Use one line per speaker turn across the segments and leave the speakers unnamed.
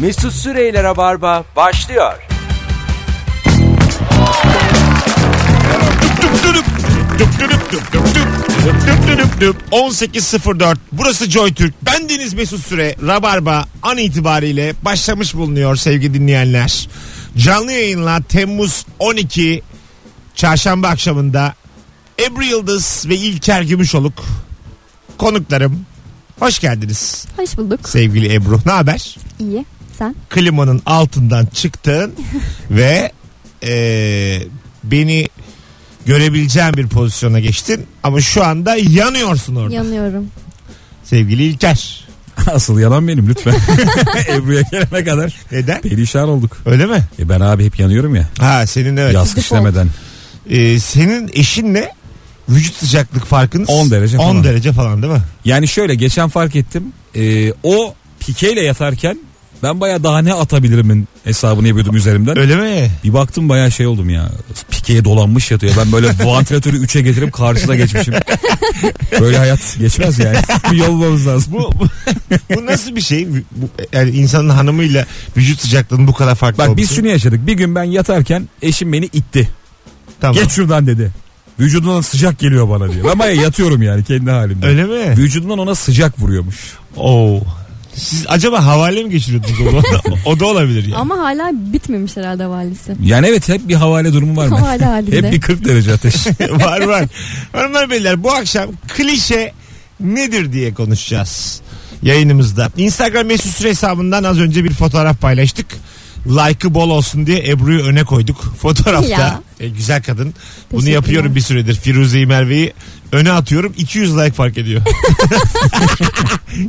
Mesut Süreyler'e barba başlıyor.
Düp düdüp, düp düdüp, düp düp düp, düp düp düdüp düp. 18.04 burası Joy Türk. Ben Deniz Mesut Süre. Rabarba an itibariyle başlamış bulunuyor sevgili dinleyenler. Canlı yayınla Temmuz 12 çarşamba akşamında Ebru Yıldız ve İlker Gümüşoluk konuklarım. Hoş geldiniz
Hoş bulduk.
sevgili Ebru. Ne haber?
İyi. Sen?
klimanın altından çıktın ve e, beni görebileceğim bir pozisyona geçtin. Ama şu anda yanıyorsun orada
Yanıyorum.
sevgili İlker.
Asıl yalan benim lütfen. Ebru'ya gelene kadar
Neden?
perişan olduk.
Öyle mi?
E ben abi hep yanıyorum ya.
Ha senin evet.
Yaz kışlemeden.
E, senin eşinle vücut sıcaklık farkınız
10 derece
10
falan.
derece falan değil mi?
Yani şöyle geçen fark ettim. E, o pikeyle yatarken ben baya daha ne atabilirimin hesabını yapıyordum üzerimden.
Öyle mi?
Bir baktım baya şey oldum ya. Pikeye dolanmış yatıyor. Ben böyle vantilatörü 3'e getirip karşıda geçmişim. böyle hayat geçmez yani. Bir yol bulmamız lazım.
Bu, bu, bu nasıl bir şey? Bu, yani insanın hanımıyla vücut sıcaklığının bu kadar farklı
Bak
olması.
biz şunu yaşadık. Bir gün ben yatarken eşim beni itti.
Tamam.
Geç şuradan dedi. Vücudundan sıcak geliyor bana diyor. Ben baya yatıyorum yani kendi halimde.
Öyle mi?
Vücudundan ona sıcak vuruyormuş.
Oo. Siz acaba havale mi geçiriyordunuz o da, o da olabilir yani.
Ama hala bitmemiş herhalde valisi.
Yani evet hep bir havale durumu var.
Havale
bende.
halinde.
Hep bir 40 derece ateş.
var var. Hanımlar beyler bu akşam klişe nedir diye konuşacağız yayınımızda. Instagram mesut süre hesabından az önce bir fotoğraf paylaştık. Like'ı bol olsun diye Ebru'yu öne koyduk fotoğrafta.
Ya.
E, güzel kadın. Bunu
Teşekkürler.
yapıyorum bir süredir. Firuze'yi Merve'yi öne atıyorum. 200 like fark ediyor.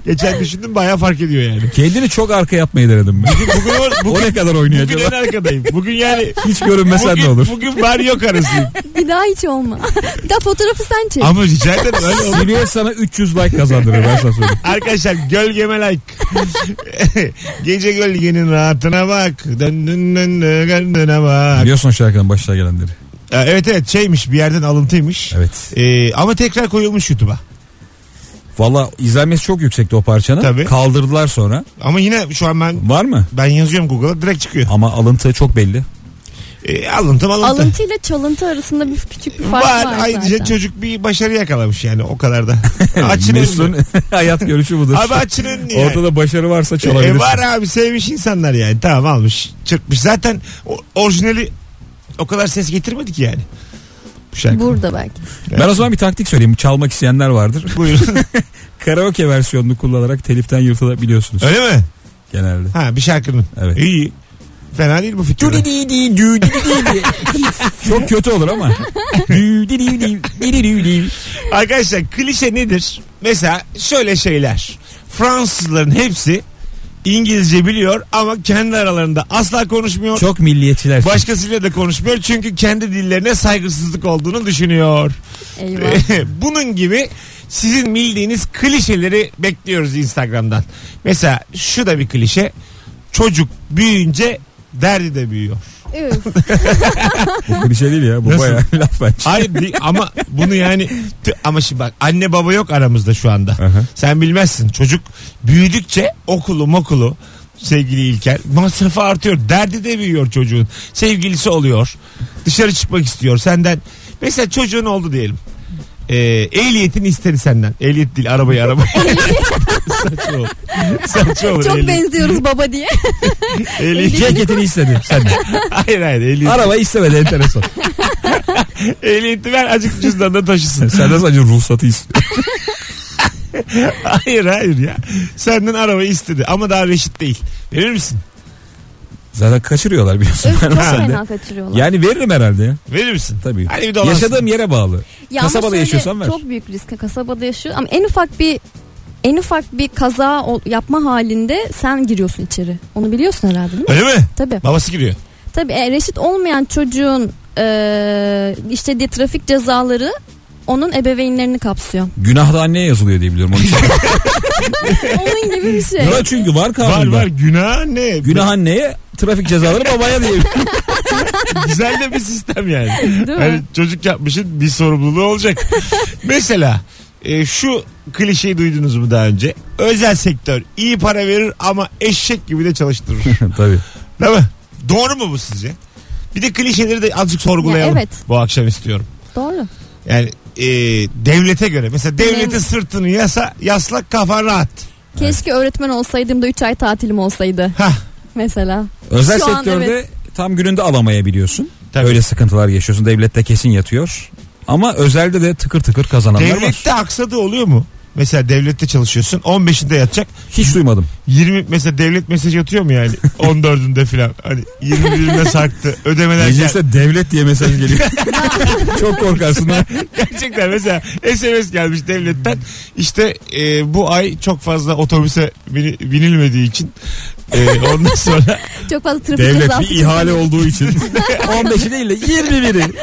Geçen düşündüm bayağı fark ediyor yani.
Kendini çok arka yapmayı denedim ben.
Bugün, o-
o
bugün,
ne kadar oynuyor
bugün en
acaba?
arkadayım. Bugün yani
Hiç görünmesen ne
bugün,
olur?
bugün var yok arasıyım.
Bir daha hiç olma. bir daha fotoğrafı sen çek.
Ama rica ederim öyle olur.
Siliyor sana 300 like kazandırır ben sana söyleyeyim.
Arkadaşlar gölgeme like. Gece gölgenin rahatına bak. Dön dön dön dön dön dön'e bak.
Biliyorsun o şarkının başına gelenleri.
Ee, Evet evet şeymiş bir yerden alıntıymış.
Evet.
Ee, ama tekrar koyulmuş YouTube'a.
Valla izlenmesi çok yüksekti o parçanın.
Tabii.
Kaldırdılar sonra.
Ama yine şu an ben
Var mı?
ben yazıyorum Google'a direkt çıkıyor.
Ama alıntı çok belli.
Ee, alıntı alıntı.
Alıntı ile çalıntı arasında bir küçük bir fark var,
var. Ayrıca
zaten.
çocuk bir başarı yakalamış yani o kadar da. Açın
Mesut'un
önünü.
hayat görüşü budur.
Abi açın önünü yani.
Ortada başarı varsa
E,
şey
çalabilirsin.
var abi sevmiş insanlar yani tamam almış çırpmış zaten o- orijinali o kadar ses getirmedi ki yani. Bu şarkı.
Burada belki.
Ben o zaman bir taktik söyleyeyim. Çalmak isteyenler vardır.
Buyurun.
Karaoke versiyonunu kullanarak teliften yırtılabiliyorsunuz
Öyle mi?
genelde.
Ha bir şarkının.
Evet.
İyi. Fena değil bu fikir.
Çok kötü olur ama.
Arkadaşlar klişe nedir? Mesela şöyle şeyler. Fransızların hepsi İngilizce biliyor ama kendi aralarında asla konuşmuyor.
Çok milliyetçiler.
Başkasıyla da konuşmuyor çünkü kendi dillerine saygısızlık olduğunu düşünüyor.
Eyvah.
Bunun gibi sizin bildiğiniz klişeleri bekliyoruz Instagram'dan. Mesela şu da bir klişe. Çocuk büyüyünce derdi de büyüyor.
Üf.
Bu bir şey değil ya. Bu
Nasıl?
bayağı laf bence.
Hayır di- ama bunu yani t- ama şimdi bak anne baba yok aramızda şu anda.
Aha.
Sen bilmezsin çocuk büyüdükçe okulu mokulu sevgili İlker masrafı artıyor. Derdi de büyüyor çocuğun. Sevgilisi oluyor. Dışarı çıkmak istiyor senden. Mesela çocuğun oldu diyelim. Ee, ehliyetin isteri senden. Ehliyet değil arabayı arabayı. Saçma olur. Saçma olur.
Çok
ehliyet.
benziyoruz baba diye.
Ehliyet-
Ceketini istedi sen de.
Hayır hayır ehliyet.
Araba istemedi enteresan.
Ehliyeti ver azıcık cüzdanında taşısın.
Senden sadece ruhsatı istiyor.
Hayır hayır ya. Senden arabayı istedi ama daha reşit değil. Verir misin?
Zaten kaçırıyorlar biliyorsun.
Üf, çok
Sen de.
fena kaçırıyorlar.
Yani veririm herhalde ya.
Verir misin?
Tabii.
Hani bir dolansın.
Yaşadığım yere bağlı.
Ya ama
kasabada
şöyle,
yaşıyorsan ver.
Çok büyük risk. Kasabada yaşıyor ama en ufak bir en ufak bir kaza ol- yapma halinde sen giriyorsun içeri. Onu biliyorsun herhalde değil mi?
Öyle mi?
Tabii.
Babası giriyor.
Tabii e, reşit olmayan çocuğun e, işlediği trafik cezaları onun ebeveynlerini kapsıyor.
Günah da anneye yazılıyor diye biliyorum. Onun için.
Onun gibi bir şey.
Buna çünkü var
Var
kanunda.
var günah ne?
Günah anneye trafik cezaları babaya diye.
Güzel de bir sistem yani.
mi?
Hani çocuk yapmışın bir sorumluluğu olacak. Mesela e, şu klişeyi duydunuz mu daha önce? Özel sektör iyi para verir ama eşek gibi de çalıştırır.
Tabii.
Değil mi? Doğru mu bu sizce? Bir de klişeleri de azıcık sorgulayalım.
Ya evet.
Bu akşam istiyorum.
Doğru.
Yani e, devlete göre. Mesela devlete
Benim-
sırtını yasa, yaslak kafan rahat.
Keşke öğretmen olsaydım da 3 ay tatilim olsaydı
Hah.
mesela.
Özel
Şu an
sektörde
evet.
tam gününde alamayabiliyorsun.
Tabii.
Öyle sıkıntılar yaşıyorsun. Devlette kesin yatıyor. Ama özelde de tıkır tıkır kazananlar var.
Devlette aksadığı oluyor mu? Mesela devlette çalışıyorsun 15'inde yatacak.
Hiç duymadım.
20 mesela devlet mesajı atıyor mu yani 14'ünde filan. Hani 21'inde sarktı ödemeler gel-
Mecliste devlet diye mesaj geliyor. Çok korkarsın ha.
Gerçekten mesela SMS gelmiş devletten işte e, bu ay çok fazla otobüse bini- binilmediği için e, ondan sonra
Çok fazla trafik
Devlet
cezası.
bir ihale olduğu için. 15'i değil de 21'i.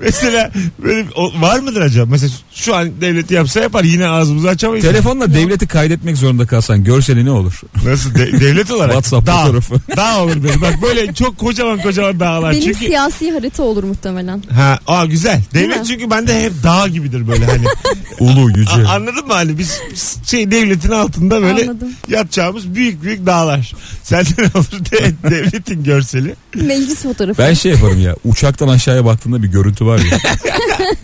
mesela böyle bir- o- var mıdır acaba? Mesela şu an devleti yapsa yapar yine ağzımızı açamayız.
Telefonla devleti kaydetmek zorunda kalsan görseli ne olur?
Nasıl De- devlet olarak?
WhatsApp
dağ,
fotoğrafı.
dağ olur böyle. Bak böyle çok kocaman kocaman dağlar.
Benim
Çünkü
siyasi harita olur muhtemelen.
Ha, aa güzel. Devlet
mi?
çünkü bende hep dağ gibidir böyle hani.
Ulu
A-
yüce.
anladın mı hani biz biz şey devletin altında böyle
Anladım.
yatacağımız büyük büyük dağlar. Senden olur de, devletin görseli.
Meclis fotoğrafı.
Ben şey yaparım ya uçaktan aşağıya baktığında bir görüntü var ya.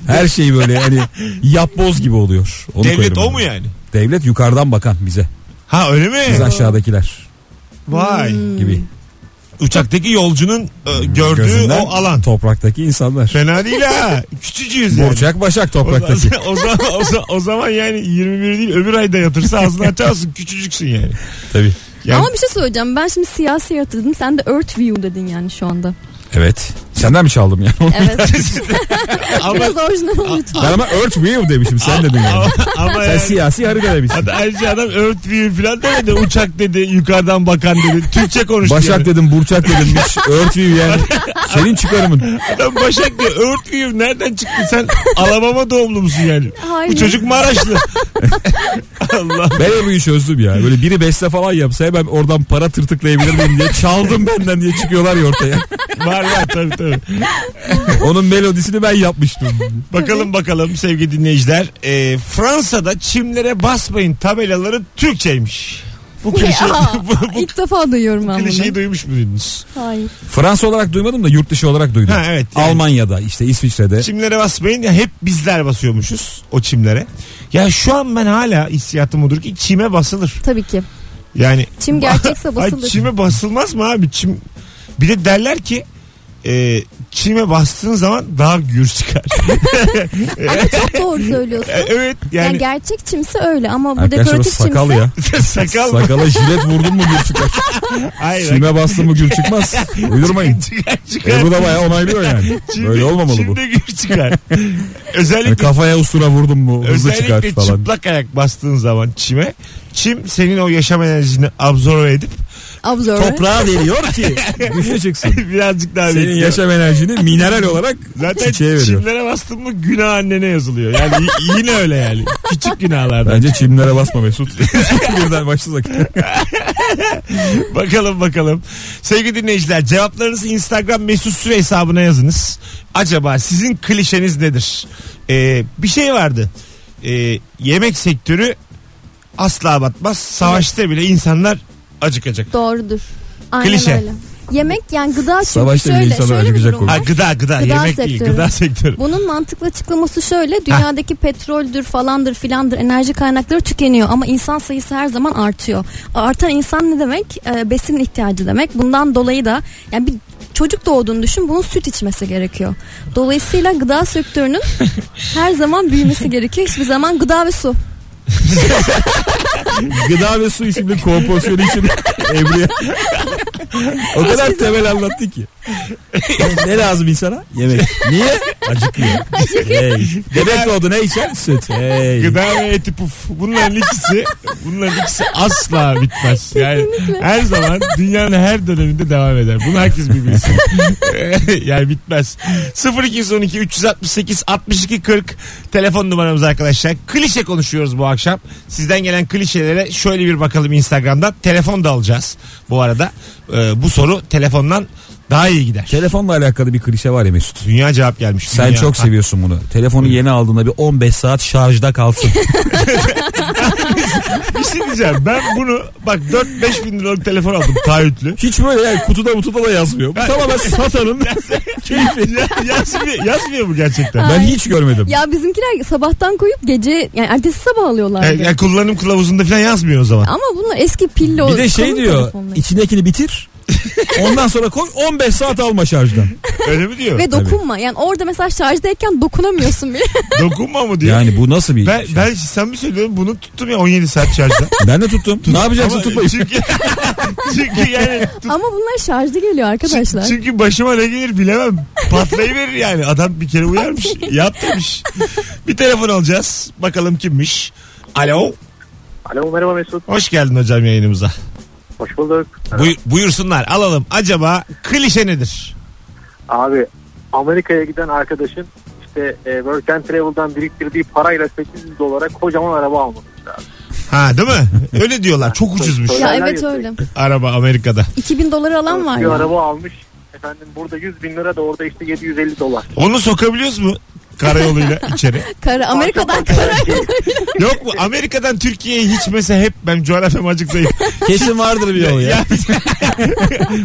Her şey böyle hani yapboz gibi oluyor. Onu
Devlet
koyarım
o
ben.
mu yani?
Devlet yukarıdan bakan bize.
Ha öyle mi?
Biz aşağıdakiler
Vay.
Hmm.
gibi.
Uçaktaki yolcunun e, gördüğü
Gözünden
o alan.
Topraktaki insanlar.
Fena değil ha. Küçücüğüz yani.
Burçak Başak
O zaman,
topraktaki.
o, zaman, o, zaman, o zaman yani 21 değil öbür ayda yatırsa ağzını açarsın küçücüksün yani.
Tabii.
yani
Ama bir şey söyleyeceğim. Ben şimdi siyasi harita dedim. Sen de Earth View dedin yani şu anda.
Evet. Senden mi çaldım ya?
Evet.
ama,
Biraz orijinal olur lütfen.
ben ama Earth View demişim sen dedin yani.
ama, ama
Sen
yani-
siyasi harita demişsin.
Adam, ayrıca şey adam Earth View falan demedi. Uçak dedi, yukarıdan bakan dedi. Türkçe konuştu.
Başak
yani.
dedim, Burçak dedim. Hiç Earth View yani. Senin çıkarımın.
Adam Başak diyor. Earth View nereden çıktı? Sen Alabama doğumlu musun yani?
Hayır.
Bu çocuk Maraşlı. Allah.
Ben de bu işi çözdüm ya. Böyle biri beste falan yapsa hemen oradan para tırtıklayabilir miyim diye. Çaldım benden diye çıkıyorlar ya ortaya.
Var var tabii tabii.
Onun melodisini ben yapmıştım.
Bakalım bakalım sevgili dinleyiciler. Ee, Fransa'da çimlere basmayın tabelaları Türkçeymiş. Bu klişe,
Ya,
bu, bu
İlk defa duyuyorum ben
klişeyi
bunu.
duymuş muydunuz?
Hayır.
Fransa olarak duymadım da yurt dışı olarak duydum.
Ha, evet, yani.
Almanya'da işte İsviçre'de.
Çimlere basmayın ya hep bizler basıyormuşuz o çimlere. Ya şu an ben hala hissiyatım odur ki çime basılır.
Tabii ki.
Yani
Çim gerçekse
Ay
basılır.
çime basılmaz mı abi? Çim bir de derler ki e, çime bastığın zaman daha gür çıkar.
Ama çok doğru söylüyorsun.
E, evet
Yani,
yani,
gerçek çimsi öyle ama bu
Arkadaşlar o
dekoratif çimsi
sakal ya.
sakal mı?
Sakala jilet vurdun mu gül çıkar.
Hayır.
Çime bastın mı gül çıkmaz. Uydurmayın.
Çıkar çıkar.
Ebru da bayağı onaylıyor yani.
Çimde-
Böyle olmamalı bu.
çimde gür çıkar.
Yani
özellikle
kafaya ustura vurdun mu hızlı çıkar
özellikle
falan.
çıplak ayak bastığın zaman çime çim senin o yaşam enerjini absorbe edip
absorbe.
Toprağa veriyor ki güçlü çıksın.
birazcık daha
Senin
bekliyor.
yaşam enerjini mineral olarak
Zaten
çiçeğe veriyor.
çimlere bastın mı günah annene yazılıyor. Yani y- yine öyle yani. Küçük günahlardan.
Bence çimlere basma Mesut. Birden başlasak.
Bakalım bakalım. Sevgili dinleyiciler cevaplarınızı Instagram mesut süre hesabına yazınız. Acaba sizin klişeniz nedir? Ee, bir şey vardı. Ee, yemek sektörü asla batmaz. Savaşta bile insanlar acıkacak.
Doğrudur. Aynen
Klişe.
öyle. Yemek yani gıda çünkü
Savaşta bile
şöyle,
insanlar
şöyle bir
acıkacak
durum
olur.
Ha,
var.
gıda gıda,
Gıda
yemek değil
sektörü.
gıda sektörü.
Bunun mantıklı açıklaması şöyle dünyadaki petroldür falandır filandır enerji kaynakları tükeniyor ama insan sayısı her zaman artıyor. Artan insan ne demek? Ee, besin ihtiyacı demek. Bundan dolayı da yani bir çocuk doğduğunu düşün bunun süt içmesi gerekiyor. Dolayısıyla gıda sektörünün her zaman büyümesi gerekiyor. Hiçbir zaman gıda ve su.
Gıda ve su isimli kompozisyonu için Ebru'ya. o kadar temel anlattı ki. ne lazım insana? Yemek. Niye? Acıkıyor. Hey. Bebek doğdu ne içer? Süt. Hey.
Gıda ve eti puf. Bunların ikisi, bunların ikisi asla bitmez. Yani her zaman dünyanın her döneminde devam eder. Bunu herkes bilmesi. yani bitmez. 0212 368 62 40 telefon numaramız arkadaşlar. Klişe konuşuyoruz bu akşam. Sizden gelen klişelere şöyle bir bakalım Instagram'dan. Telefon da alacağız bu arada. Ee, bu soru telefondan Daha iyi gider.
Telefonla alakalı bir klişe var ya Mesut.
Dünya cevap gelmiş.
Sen
dünya.
çok seviyorsun bunu. Telefonu yeni aldığında bir 15 saat şarjda kalsın.
Bir şey diyeceğim. Ben bunu bak 4-5 bin liralık telefon aldım taahhütlü.
Hiç böyle yani kutuda mutuda da yazmıyor. Bu tamamen satanın keyfi.
Ya, yazmıyor, yazmıyor bu gerçekten.
Ben
Ay.
hiç görmedim.
Ya bizimkiler sabahtan koyup gece yani ertesi sabah alıyorlardı.
Yani, yani kullanım kılavuzunda falan yazmıyor o zaman.
Ama bunlar eski pilli o
Bir de şey
kalın
diyor
telefonlar.
içindekini bitir. Ondan sonra koy 15 saat alma şarjdan.
Öyle mi diyor?
Ve dokunma. Yani orada mesela şarjdayken dokunamıyorsun bile.
Dokunma mı diyor?
Yani bu nasıl bir
ben,
şey?
ben sen mi söylüyorsun bunu tuttum ya 17 saat şarjda.
Ben de tuttum. Ne yapacaksın
Ama
tutmayıp?
Çünkü, çünkü yani tut-
Ama bunlar şarjda geliyor arkadaşlar.
Çünkü başıma ne gelir bilemem. Patlayıverir yani. Adam bir kere uyarmış. Yaptırmış. Bir telefon alacağız. Bakalım kimmiş. Alo.
Alo merhaba Mesut.
Hoş geldin hocam yayınımıza.
Hoş bulduk.
Buyur- buyursunlar alalım. Acaba klişe nedir?
Abi Amerika'ya giden arkadaşın işte e, Work and Travel'dan biriktirdiği parayla 800 dolara kocaman araba almış.
Ha değil mi? Öyle diyorlar. Çok ucuzmuş
Ya
Şeyler
evet
yapıyor.
öyle.
araba Amerika'da.
2000 dolar alan var
bir
ya.
araba almış. Efendim burada 100 bin lira da orada işte 750 dolar.
Onu sokabiliyoruz mu? Karayoluyla içeri.
Kara, Amerika'dan kara.
şey- Yok mu? Amerika'dan Türkiye'ye hiç mesela hep ben coğrafyam acık zayıf.
Kesin vardır bir yol ya.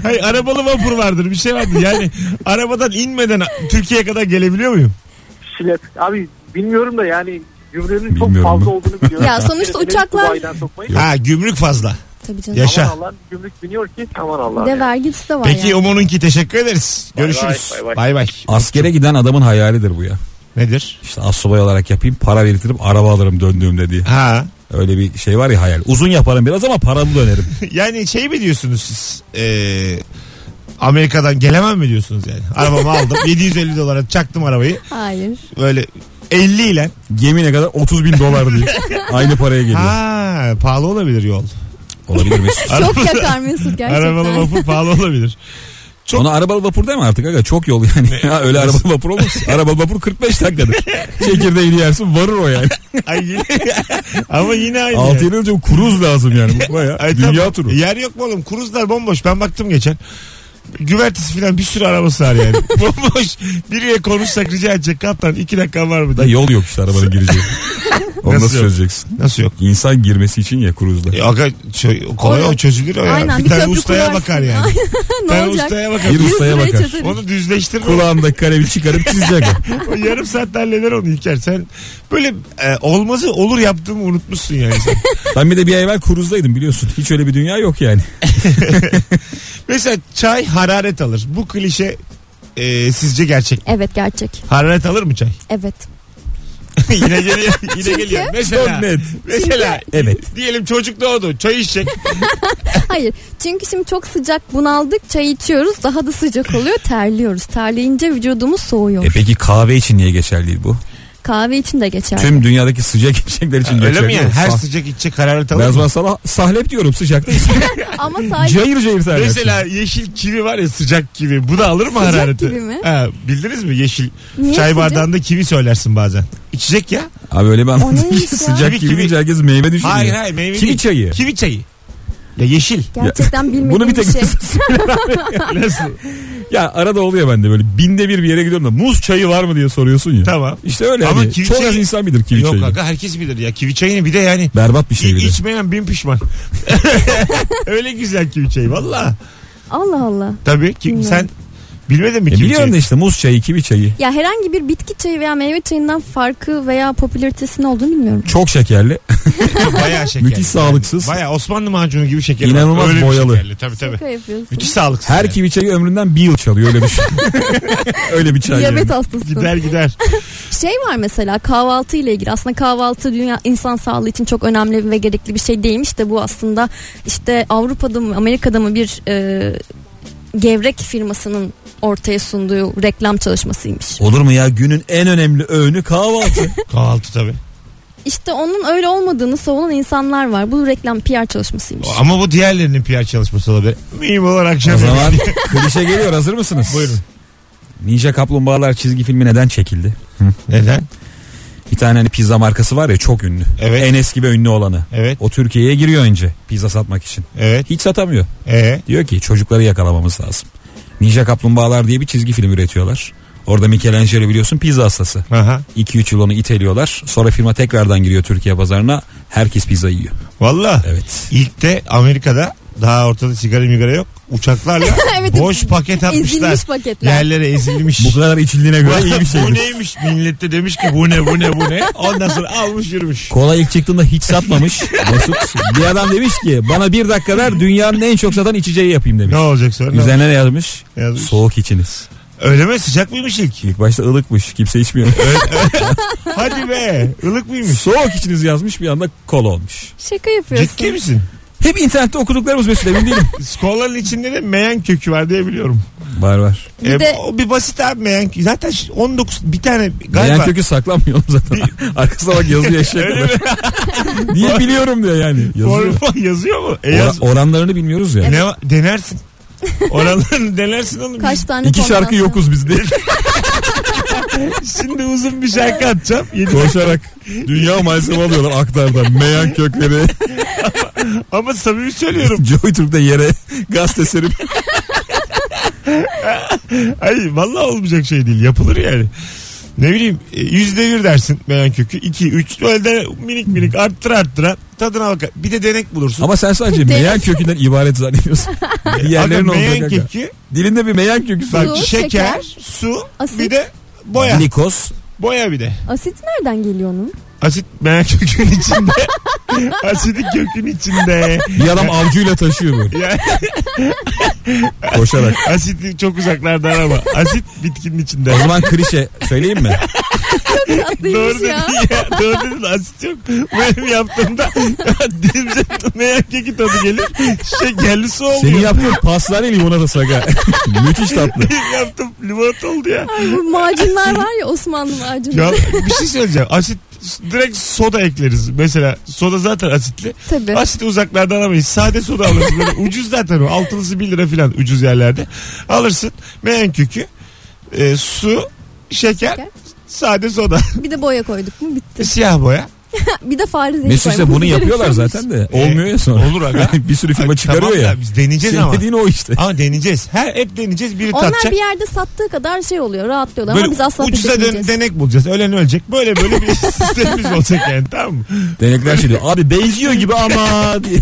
Hayır arabalı vapur vardır bir şey vardır. Yani arabadan inmeden Türkiye'ye kadar gelebiliyor muyum?
Şilet. Abi bilmiyorum da yani gümrüğünün çok
Bilmiyorum
fazla
mu?
olduğunu biliyorum.
Ya sonuçta
Bir kere
uçaklar-
Dubai'den sokmayı.
Ha gümrük fazla.
Tabii canım.
Yaşa.
Aman Allah'ım gümrük biniyor ki aman
Bir
Allah'ım.
de vergisi de var
Peki
yani.
Umun'unki teşekkür ederiz. Görüşürüz.
bay,
Bay
bay.
bay.
Askere giden adamın hayalidir bu ya.
Nedir?
İşte astsubay olarak yapayım para biriktirip araba alırım döndüğümde diye.
Ha.
Öyle bir şey var ya hayal. Uzun yaparım biraz ama paralı dönerim.
Yani şey mi diyorsunuz siz? Ee, Amerika'dan gelemem mi diyorsunuz yani? Arabamı aldım. 750 dolara çaktım arabayı.
Hayır.
Böyle 50 ile.
Gemine kadar 30 bin dolar diye. Aynı paraya geliyor.
Ha, pahalı olabilir yol.
Olabilir Mesut.
Çok yakar Mesut
Arabalı
gerçekten.
vapur pahalı olabilir. Çok-
Ona arabalı vapur deme artık aga çok yol yani. Ya öyle arabalı vapur olmaz. arabalı vapur 45 dakikadır. Çekirdeğini yersin varır o yani.
Ay, yine- Ama yine aynı.
6
yani.
yıl önce bu kuruz lazım yani. Bu Baya
Ay,
dünya
tamam.
turu.
Yer yok mu oğlum? Kuruzlar bomboş. Ben baktım geçen. Güvertesi falan bir sürü arabası var yani. bomboş. Biriyle konuşsak rica edecek. Kaptan iki dakika var mı?
Da
diye.
yol yok işte arabanın gireceği. Onu
Nasıl
nasıl
yok?
çözeceksin?
Nasıl yok?
İnsan girmesi için ya kuruzda.
E, Aga çö- kolay o
Oğlum.
çözülür o ya.
Aynen,
bir,
bir
tane
köprü
ustaya
kurarsın.
bakar yani. Bir
ne
tane
olacak?
ustaya bakar.
Bir
Yüz
ustaya
liraya
bakar.
çözeriz.
Onu düzleştirir.
Kulağındaki kalemi çıkarıp çizecek.
O yarım saatte halleder onu İlker. Sen böyle e, olmazı olur yaptığımı unutmuşsun yani. sen.
ben bir de bir ay evvel kuruzdaydım biliyorsun. Hiç öyle bir dünya yok yani.
Mesela çay hararet alır. Bu klişe e, sizce gerçek.
Evet gerçek.
Hararet alır mı çay?
Evet.
yine geliyor. Yine geliyor. Mesela.
Çok net.
Mesela.
Evet.
Diyelim çocuk doğdu. Çay içecek.
Hayır. Çünkü şimdi çok sıcak bunaldık. Çay içiyoruz. Daha da sıcak oluyor. Terliyoruz. Terleyince vücudumuz soğuyor.
E peki kahve için niye geçerli değil bu?
Kahve için de geçer.
Tüm dünyadaki sıcak içecekler için geçerli.
Öyle mi yani?
değil.
Her
Sah-
sıcak içecek hararet alır
Ben o
mı?
zaman sana sahlep diyorum sıcakta.
Ama sadece
cayır cayır sahlep.
Mesela yeşil kivi var ya sıcak kivi. Bu da alır mı
Sıcak
harareti?
kivi mi?
Ha, bildiniz mi yeşil
Niye
çay
sıcak?
bardağında kivi söylersin bazen. İçecek ya.
Abi öyle bir anlattın
neymiş
ki
ya?
sıcak
Kivi,
kivi
kivi.
deyince herkes meyve düşünüyor.
Hayır hayır meyve
Kivi
değil.
çayı.
Kivi çayı. Ya yeşil.
gerçekten bilmediğim
Bunu bir tek
şey.
Nasıl?
Ya arada oluyor bende böyle binde bir bir yere gidiyorum da muz çayı var mı diye soruyorsun ya.
Tamam.
İşte öyle
Ama
hani.
kivi
Çok
çayı-
az insan bilir kivi
Yok
çayını.
aga herkes bilir ya. Kivi çayını bir de yani
Berbat bir şey
İ-
bile.
içmeyen bin pişman. Öyle güzel kivi çayı valla.
Allah Allah.
Tabii ki
Bilmiyorum.
sen bilmedin mi
E
kivi
biliyorum
çayı?
da işte muz çayı, kivi çayı.
Ya herhangi bir bitki çayı veya meyve çayından farkı veya popülaritesinin olduğunu bilmiyorum.
Çok şekerli.
Bayağı şekerli.
Müthiş sağlıksız.
Bayağı Osmanlı macunu gibi şekerli.
İnanılmaz
Öyle bir
boyalı.
şekerli. Tabii tabii.
Şaka yapıyorsun.
Müthiş sağlıksız.
Her
yani.
kivi çayı ömründen bir yıl çalıyor öyle düşün. öyle bir çay.
Diyabet
yani.
hastasın.
Gider gider.
Şey var mesela kahvaltı ile ilgili. Aslında kahvaltı dünya insan sağlığı için çok önemli ve gerekli bir şey değilmiş de bu aslında işte Avrupa'da mı Amerika'da mı bir e, gevrek firmasının ortaya sunduğu reklam çalışmasıymış.
Olur mu ya günün en önemli öğünü kahvaltı.
Kahvaltı tabii.
İşte onun öyle olmadığını savunan insanlar var. Bu reklam PR çalışmasıymış.
Ama bu diğerlerinin PR çalışması olabilir. Mühim olan akşam.
o
yemeği.
zaman klişe geliyor hazır mısınız?
Buyurun.
Ninja Kaplumbağalar çizgi filmi neden çekildi?
Neden?
Bir tane hani pizza markası var ya çok ünlü.
Evet.
En eski ve ünlü olanı.
Evet.
O Türkiye'ye giriyor önce pizza satmak için.
Evet.
Hiç satamıyor.
Ee,
Diyor ki çocukları yakalamamız lazım. Ninja Kaplumbağalar diye bir çizgi film üretiyorlar. Orada Michelangelo biliyorsun pizza hastası.
Aha.
2-3 yıl onu iteliyorlar. Sonra firma tekrardan giriyor Türkiye pazarına. Herkes pizza yiyor.
Valla.
Evet.
İlk de Amerika'da daha ortada sigara migara yok. Uçaklarla
Evet,
boş paket atmışlar.
Ezilmiş paketler.
Yerlere ezilmiş.
Bu kadar içildiğine göre iyi bir şey.
bu neymiş? Millet de demiş ki bu ne bu ne bu ne? Ondan sonra almış yürümüş.
Kola ilk çıktığında hiç satmamış. Mesut. Bir adam demiş ki bana bir dakika ver dünyanın en çok satan içeceği yapayım demiş.
Ne olacak sonra?
Üzerine ne yazmış?
Yazmış.
Soğuk içiniz.
Öyle mi? Sıcak mıymış ilk?
İlk başta ılıkmış kimse içmiyor.
Hadi be. ılık mıymış?
Soğuk içiniz yazmış bir anda kola olmuş.
Şaka yapıyorsun.
Ciddi misin?
Hep internette okuduklarımız Mesut emin değilim.
Kolanın içinde de meyan kökü var diye biliyorum.
var var.
Bir
E,
de-
o bir basit abi meyan kökü. Zaten şu 19 bir tane galiba.
Meyan kökü saklanmıyor oğlum zaten. Arkasına bak yazıyor eşeğe
Öyle
kadar. Niye biliyorum diyor yani. Yazıyor.
Forma yazıyor mu? E,
Ora-
yaz-
oranlarını bilmiyoruz ya.
Ne, va- denersin. Oralarını denersin oğlum.
Kaç tane
İki şarkı
kombinasyon?
yokuz biz de.
Şimdi uzun bir şarkı atacağım. Yedi-
Koşarak dünya malzeme alıyorlar aktardan. Meyan kökleri.
Ama samimi söylüyorum.
Joy Türk'te yere gazete serip
Ay vallahi olmayacak şey değil. Yapılır yani. Ne bileyim e, yüzde bir dersin meyan kökü. iki, üç böyle de minik minik arttıra arttıra tadına bak. Bir de denek bulursun.
Ama sen sadece
Değil.
meyan kökünden ibaret zannediyorsun. Diğerlerin
Aga,
olacak.
meyan
aga.
kökü
Dilinde bir meyan kökü var.
bak
Su,
şeker,
şeker,
su
asit.
bir de boya.
Glikoz.
Boya bir de.
Asit nereden geliyor onun?
Asit meyan kökün içinde. Asidik kökün içinde.
Bir adam avcuyla taşıyor böyle.
Ya,
Koşarak.
asit çok uzaklardan ama. Asit bitkinin içinde.
O zaman klişe söyleyeyim mi?
Tatlıymış
Doğru dedin
ya.
ya. Doğru dedin. Asit yok. Benim yaptığımda dilimize meyan keki tadı gelir. Şey, Şekerli su oluyor.
Senin yaptığın pastane limonatası aga. Müthiş tatlı.
Benim yaptığım limonata oldu ya.
Bu macunlar var ya Osmanlı
ya.
macunları.
bir şey söyleyeceğim. Asit direkt soda ekleriz. Mesela soda zaten asitli.
Tabii.
Asiti uzaklardan alamayız. Sade soda alırsın. Böyle ucuz zaten o. Altılısı 1 lira falan ucuz yerlerde. Alırsın. Meyan kökü, e, su, şeker,
Şeker.
sade soda.
Bir de boya koyduk mu bitti.
Siyah boya.
Bir de fare zehri
Mesut işte
koymamız
bunu yapıyorlar
gerekiyormuş.
zaten de. Olmuyor ya sonra.
E, Olur aga.
bir sürü firma
Ay,
çıkarıyor
tamam
ya.
da Biz deneyeceğiz
Senin
ama.
dediğin o işte.
Ama deneyeceğiz. Her hep deneyeceğiz. Biri
Onlar
tatacak.
bir yerde sattığı kadar şey oluyor rahatlıyorlar
Böyle
ama biz asla
ucuza dön-
tüketmeyeceğiz.
denek bulacağız. Ölen ölecek. Böyle böyle bir sistemimiz olacak yani tamam mı?
Denekler şey diyor. Abi benziyor gibi ama diye.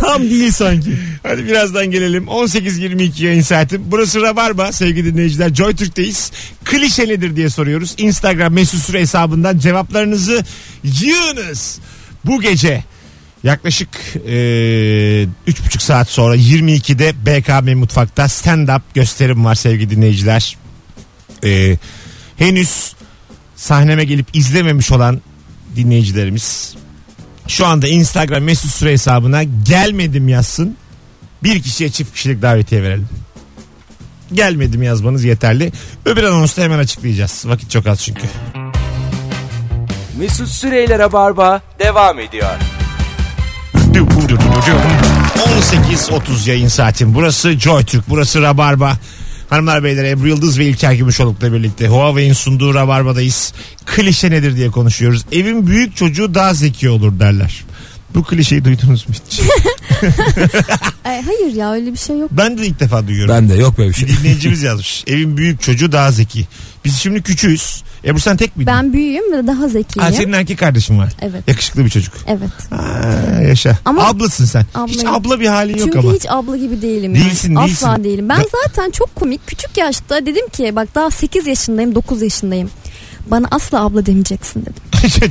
Tam değil sanki.
Hadi birazdan gelelim. 18.22 yayın saati. Burası Rabarba sevgili dinleyiciler. Joy Türk'teyiz. Klişe nedir diye soruyoruz. Instagram mesut süre hesabından cevaplarınızı yığınız. Bu gece yaklaşık eee, üç buçuk saat sonra 22'de BKM Mutfak'ta stand-up gösterim var sevgili dinleyiciler. Eee, henüz sahneme gelip izlememiş olan dinleyicilerimiz şu anda Instagram mesut süre hesabına gelmedim yazsın. Bir kişiye çift kişilik davetiye verelim. Gelmedim yazmanız yeterli. Öbür anonsu da hemen açıklayacağız. Vakit çok az çünkü.
Mesut Süreyler'e barba devam ediyor.
18.30 yayın saatin. Burası JoyTürk, burası Rabarba. Hanımlar beyler Ebru Yıldız ve İlker Gümüşoluk'la birlikte Huawei'in sunduğu Rabarba'dayız. Klişe nedir diye konuşuyoruz. Evin büyük çocuğu daha zeki olur derler. Bu klişeyi duydunuz mu hiç?
Ay, hayır ya öyle bir şey yok.
ben de ilk defa duyuyorum.
Ben de yok böyle bir
Bir
şey.
dinleyicimiz yazmış. Evin büyük çocuğu daha zeki. Biz şimdi küçüğüz. Ebru sen tek miydin?
Ben büyüğüm ve daha
Ha,
zekiyim.
senin erkek kardeşin var.
Evet.
Yakışıklı bir çocuk.
Evet.
Ha, yaşa.
Ama-
Ablasın sen. Hiç
Ablayım.
abla bir halin yok
Çünkü
ama.
hiç abla gibi değilim
Değilsin,
yani.
değilsin.
Asla değilim. Ben
Ben-
zaten çok komik. Küçük yaşta dedim ki bak daha 8 yaşındayım 9 yaşındayım. Bana asla abla demeyeceksin dedim.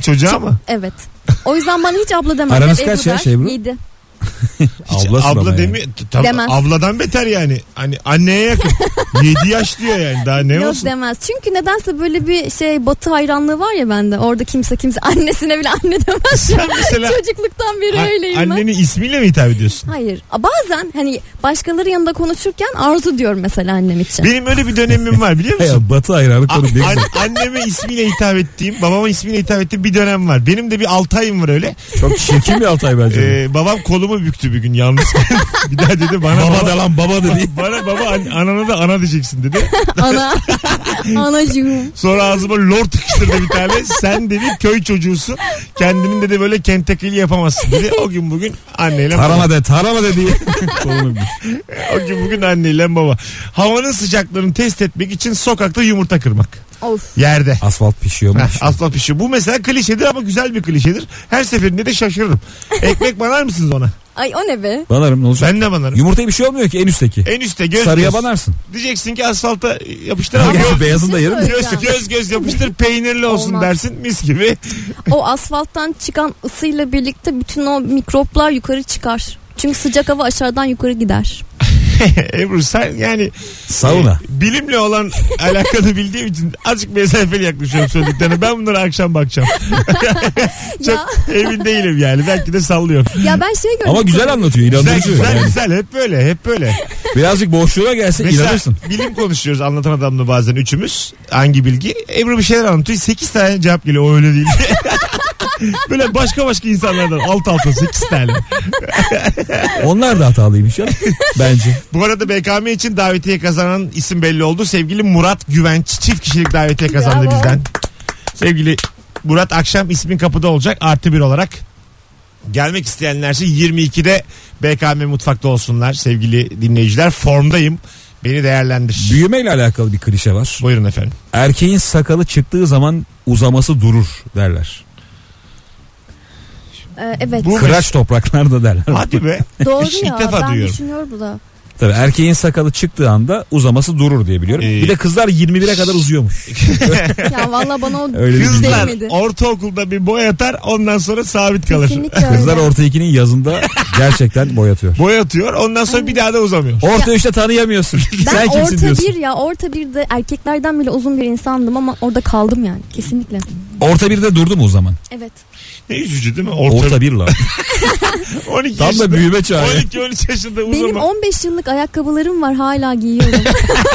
Çocuğa mı?
Evet. O yüzden bana hiç abla demez.
Aranız
Hep
kaç
Ebru
ya
der,
şey bu?
yedi.
Hiç
Ablasın ama
abla
yani.
demi T- tam-
Demez.
Abladan beter yani. Hani anneye yakın. 7 yaş diyor yani. Daha ne
Yok
olsun?
demez. Çünkü nedense böyle bir şey batı hayranlığı var ya bende. Orada kimse kimse annesine bile anne demez.
Sen mesela
Çocukluktan beri
a-
öyleyim ben.
annenin ismiyle mi hitap ediyorsun?
Hayır. A, Bazen hani başkaları yanında konuşurken arzu diyorum mesela annem için.
Benim öyle bir dönemim var biliyor musun?
Ya batı hayranı konu
A-
değil.
an- anneme ismiyle hitap ettiğim, babama ismiyle hitap ettiğim bir dönem var. Benim de bir 6 ayım var öyle.
Çok çirkin bir Altay bence. bu.
Ee, babam kolumu babamı büktü bir gün yalnız. bir daha dedi bana
Baba da lan baba da diye.
bana baba an- anana da ana diyeceksin dedi.
Ana. Anacığım.
Sonra ağzıma lor tıkıştırdı bir tane. Sen dedi köy çocuğusu. Kendinin dedi böyle kentekili yapamazsın dedi. O gün bugün anneyle baba.
Tarama de tarama de diye. Kolunu bir.
O gün bugün anneyle baba. Havanın sıcaklığını test etmek için sokakta yumurta kırmak.
Of.
Yerde.
Asfalt pişiyor mu?
Heh, Asla pişiyor. Bu mesela klişedir ama güzel bir klişedir. Her seferinde de şaşırırım. Ekmek banar mısınız ona?
Ay o ne be?
Banarım ne olacak?
Ben de banarım.
Yumurtaya bir şey olmuyor ki en üstteki.
En üstte göz
Sarıya
göz.
banarsın.
Diyeceksin ki asfalta yapıştıralım.
Gerçi beyazını
şey
da yerim. de.
göz, göz göz yapıştır peynirli olsun
Olmaz.
dersin mis gibi.
O asfalttan çıkan ısıyla birlikte bütün o mikroplar yukarı çıkar. Çünkü sıcak hava aşağıdan yukarı gider.
Ebru sen yani
Sauna.
e, bilimle olan alakalı bildiğim için azıcık mesafeli yaklaşıyorum söylediklerine. Ben bunlara akşam bakacağım.
ya
Emin değilim yani. Belki de sallıyorum.
ya ben şey gördüm.
Ama güzel anlatıyor
e, Güzel
inandırıcı.
güzel,
Yani.
güzel. Hep böyle hep böyle.
Birazcık boşluğa gelse
Mesela
inanırsın.
bilim konuşuyoruz anlatan adamla bazen üçümüz. Hangi bilgi? Ebru bir şeyler anlatıyor. 8 tane cevap geliyor o öyle değil. Böyle başka başka insanlardan alt alta 8 tane.
Onlar da hatalıymış ya. Bence.
Bu arada BKM için davetiye kazanan isim belli oldu. Sevgili Murat Güvenç çift kişilik davetiye kazandı
Bravo.
bizden. Sevgili Murat akşam ismin kapıda olacak artı bir olarak. Gelmek isteyenlerse 22'de BKM mutfakta olsunlar sevgili dinleyiciler. Formdayım. Beni değerlendir.
Büyümeyle alakalı bir klişe var.
Buyurun efendim.
Erkeğin sakalı çıktığı zaman uzaması durur derler.
Ee, evet
Bu-
Kıraç topraklarda derler.
Hadi be.
doğru
İlk
ya
defa
ben
duyuyorum.
düşünüyorum bu da.
Tabii erkeğin sakalı çıktığı anda uzaması durur diye biliyorum.
Ee,
bir de kızlar 21'e kadar uzuyormuş.
Ya valla bana o
Öyle bir şey. bilgi.
Kızlar
değmedi.
ortaokulda bir boy atar ondan sonra sabit kalır.
Kesinlikle öyle.
Kızlar orta ikinin yazında gerçekten boy atıyor.
Boy atıyor ondan sonra bir daha da uzamıyor.
Orta üçte tanıyamıyorsun.
ben
Sen kimsin
orta
diyorsun.
bir ya orta bir de erkeklerden bile uzun bir insandım ama orada kaldım yani kesinlikle.
Orta birde durdu mu o zaman?
Evet.
Ne üzücü değil mi?
Orta,
Orta,
bir lan.
12
Tam
yaşında.
da büyüme çağı.
12-13 yaşında
Benim
uzama.
15 yıllık ayakkabılarım var hala giyiyorum.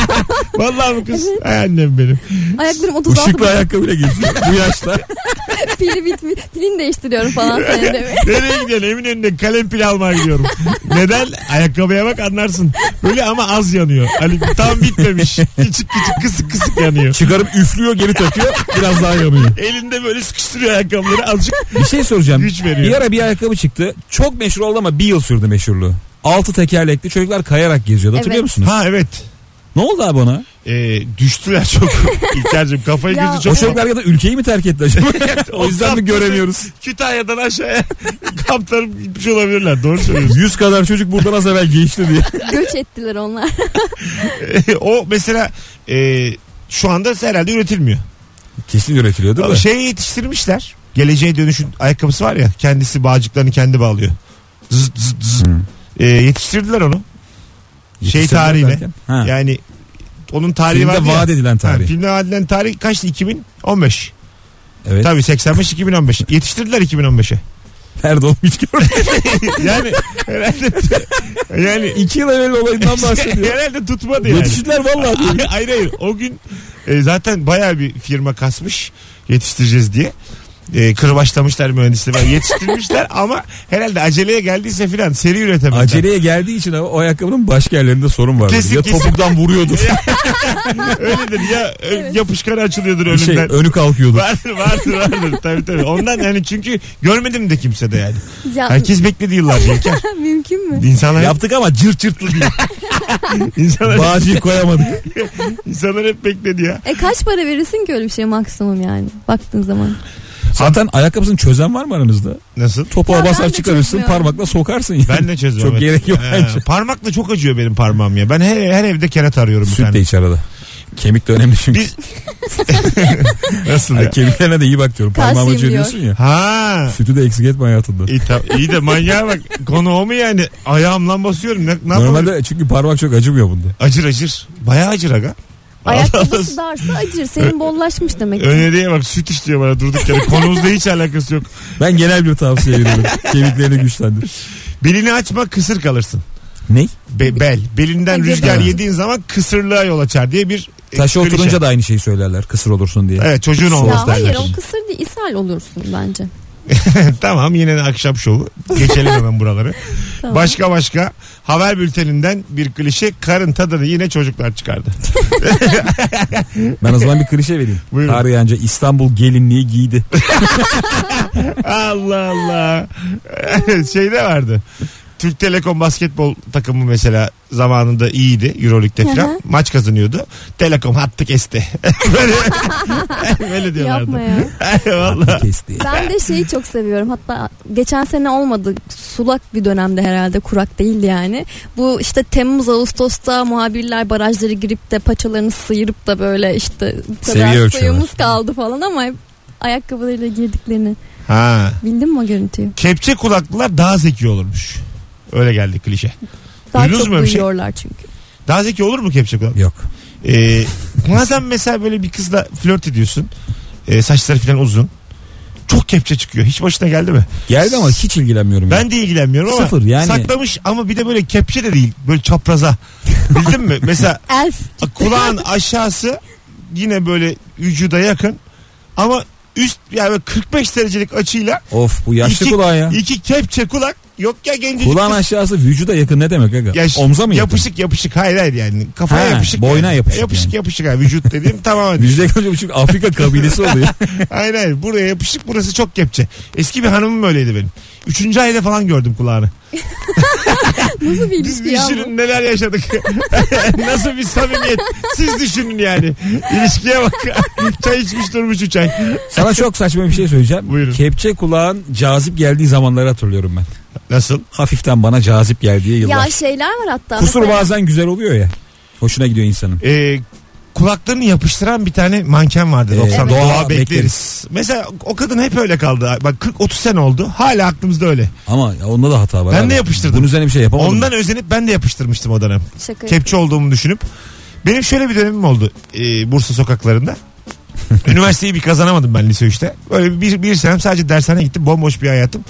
Vallahi bu kız. Ay annem benim.
Ayaklarım 36
Işıklı ayakkabıyla geziyor bu yaşta.
pili bitmi pilini değiştiriyorum falan senede.
Nereye gidiyorsun? Emin önünde kalem pil almaya gidiyorum. Neden? Ayakkabıya bak anlarsın. Böyle ama az yanıyor. Hani tam bitmemiş. Küçük küçük kısık kısık yanıyor.
Çıkarıp üflüyor geri takıyor biraz daha yanıyor.
Elinde böyle sıkıştırıyor ayakkabıları azıcık.
Bir şey soracağım.
Güç veriyor.
Bir ara bir ayakkabı çıktı. Çok meşhur oldu ama bir yıl sürdü meşhurluğu. Altı tekerlekli çocuklar kayarak geziyordu hatırlıyor
Evet.
musunuz?
Ha evet.
Ne oldu abi ona?
Ee, düştüler çok. İlker'cim kafayı
Ya.
gözü
O
çok.
çocuklar ya da ülkeyi mi terk etti acaba? o yüzden mi göremiyoruz?
Kütahya'dan aşağıya kaptarıp gitmiş olabilirler. Doğru söylüyorsun.
Yüz kadar çocuk buradan az evvel geçti diye.
Göç ettiler onlar.
o mesela e, şu anda herhalde üretilmiyor.
Kesin üretiliyor değil mi?
Ama şey yetiştirmişler. Geleceğe dönüşün ayakkabısı var ya. Kendisi bağcıklarını kendi bağlıyor. Zıt zıt zıt.
Hmm.
Ee, yetiştirdiler onu. şey
Yetiştirdiler
tarihi mi?
derken? Ha.
Yani onun tarihi
Filmde
vardı ya.
vaat edilen tarih.
Ha, filmde vaat edilen tarih kaçtı? 2015.
evet.
Tabii 85 2015. Yetiştirdiler 2015'e.
Nerede oğlum hiç görmedim.
Yani herhalde yani
İki yıl evvel olayından bahsediyor.
herhalde tutmadı Şey yani.
Yetiştiler vallahi diyor.
hayır hayır o gün e, zaten bayağı bir firma kasmış yetiştireceğiz diye. E, kırbaçlamışlar mühendisleri falan. yetiştirmişler ama herhalde aceleye geldiyse filan seri üretemediler.
Aceleye geldiği için abi o ayakkabının başka yerlerinde sorun var.
Kesin,
ya
kesin. Şey,
topuktan vuruyordu.
Öyledir ya ö, yapışkanı açılıyordur
bir şey
önünden.
önü kalkıyordu.
vardır vardır vardır tabii tabii. Ondan yani çünkü görmedim de kimse de yani.
Ya,
Herkes bekledi yıllarca. İlker.
mümkün mü?
İnsanlar,
Yaptık ama cırt cırtlı diye.
insanlar,
Bağcıyı koyamadık.
insanlar hep bekledi ya.
E kaç para verirsin ki öyle bir şey maksimum yani baktığın zaman.
Zaten ayakkabısını çözen var mı aranızda?
Nasıl?
Topuğa
Ya ben
basar
de
çıkarırsın
çözmüyorum.
parmakla sokarsın yani.
Ben de çözmem.
Çok
evet.
gerek yok
Ee,
bence.
Parmakla çok acıyor benim parmağım ya. Ben her, her evde kerat arıyorum bir
Süt de
tane.
iç arada. Kemik de önemli çünkü.
Biz- Nasıl
Ha,
ya?
kemiklerine de iyi bak diyorum. Parmağımı
Kalsiyum
acıyor
diyor.
diyorsun ya.
Ha.
Sütü de eksik etme hayatında.
İyi, tam- iyi de manyağa bak. Konu o mu yani? Ayağımla basıyorum. Ne, ne yapalım?
Normalde çünkü parmak çok acımıyor bunda.
Acır acır. Bayağı acır aga.
Ayakkabısı darsa acır. Senin bollaşmış demek. ki.
Öneriye bak süt istiyor bana durduk yere. Konumuzda hiç alakası yok.
Ben genel bir tavsiye veriyorum. Kemiklerini güçlendir.
Belini açma kısır kalırsın.
Ne?
Be- bel. Belinden
Ha,
rüzgar
göbek.
yediğin zaman kısırlığa yol açar diye bir e,
Taşa
klişe.
oturunca da aynı şeyi söylerler. Kısır olursun diye.
Evet çocuğun
Ya
olmaz
Ya
derler.
hayır o kısır değil ishal olursun bence.
tamam yine de akşam şovu. Geçelim hemen buraları. Başka başka haber bülteninden bir klişe karın tadını yine çocuklar çıkardı.
Ben o zaman bir klişe vereyim.
Buyurun.
Arayanca İstanbul gelinliği giydi.
Allah Allah. Şeyde vardı. Türk Telekom basketbol takımı mesela zamanında iyiydi Euroleague'de
Hı
falan.
hı.
Maç kazanıyordu. Telekom hattı kesti. böyle, böyle diyorlardı.
Yapma ya.
Vallahi.
Kesti.
Ben de şeyi çok seviyorum. Hatta geçen sene olmadı. Sulak bir dönemde herhalde kurak değildi yani. Bu işte Temmuz Ağustos'ta muhabirler barajları girip de paçalarını sıyırıp da böyle işte bu kadar
Seviye ölçüyorlar.
suyumuz kaldı falan ama hep ayakkabılarıyla girdiklerini.
Ha.
Bildin mi o görüntüyü?
Kepçe kulaklılar daha zeki olurmuş. Öyle geldi klişe.
Daha
Duydunuz
çok
mu öyle bir şey?
duyuyorlar çünkü.
Daha zeki olur mu kepçe kulak?
Yok.
Ee, bazen mesela böyle bir kızla flört ediyorsun. Ee, saçları falan uzun. Çok kepçe çıkıyor. Hiç başına geldi mi?
Geldi ama hiç ilgilenmiyorum. ya.
Ben de ilgilenmiyorum ama
Sıfır yani.
saklamış ama bir de böyle kepçe de değil. Böyle çapraza. Bildin mi? Mesela
Elf.
kulağın aşağısı yine böyle vücuda yakın ama üst yani böyle 45 derecelik açıyla
Of bu yaşlı
iki,
kulağı ya.
iki kepçe kulak yok ya gencecik
Kulağın
kız.
aşağısı vücuda yakın ne demek aga?
Ya şu-
Omza mı yakın?
yapışık yapışık hayır hayır yani kafaya
Ha,
yapışık
boyuna
yani.
yapışık
yapışık
yani.
yapışık yani. vücut dediğim tamamen
Vücuda yakın çünkü Afrika kabilesi oluyor.
hayır hayır buraya yapışık burası çok kepçe eski bir hanımım öyleydi benim üçüncü ayda falan gördüm kulağını
Nasıl bir
Biz
ilişki ya bu?
düşünün neler yaşadık. Nasıl bir samimiyet. Siz düşünün yani. İlişkiye bak. çay içmiş durmuş üç ay.
Sana çok saçma bir şey söyleyeceğim.
Buyurun.
Kepçe kulağın cazip geldiği zamanları hatırlıyorum ben.
Nasıl?
Hafiften bana cazip geldiği yıllar.
Ya şeyler var hatta.
Kusur
Mesela-
bazen güzel oluyor ya. Hoşuna gidiyor insanın.
Ee, kulaklarını yapıştıran bir tane manken vardı.
Ee,
90
Doğa
doğa bekleriz.
Bekleriz.
Mesela o kadın hep öyle kaldı. Bak 40-30 sene oldu. Hala aklımızda öyle.
Ama onda da hata var.
Ben
abi.
de yapıştırdım.
Bunun üzerine bir şey yapamadım.
Ondan özenip ben de yapıştırmıştım o dönem.
Şaka.
Kepçe olduğumu düşünüp. Benim şöyle bir dönemim oldu ee, Bursa sokaklarında. Üniversiteyi bir kazanamadım ben lise 3'te. Böyle bir, bir senem sadece dershaneye gittim. Bomboş bir hayatım.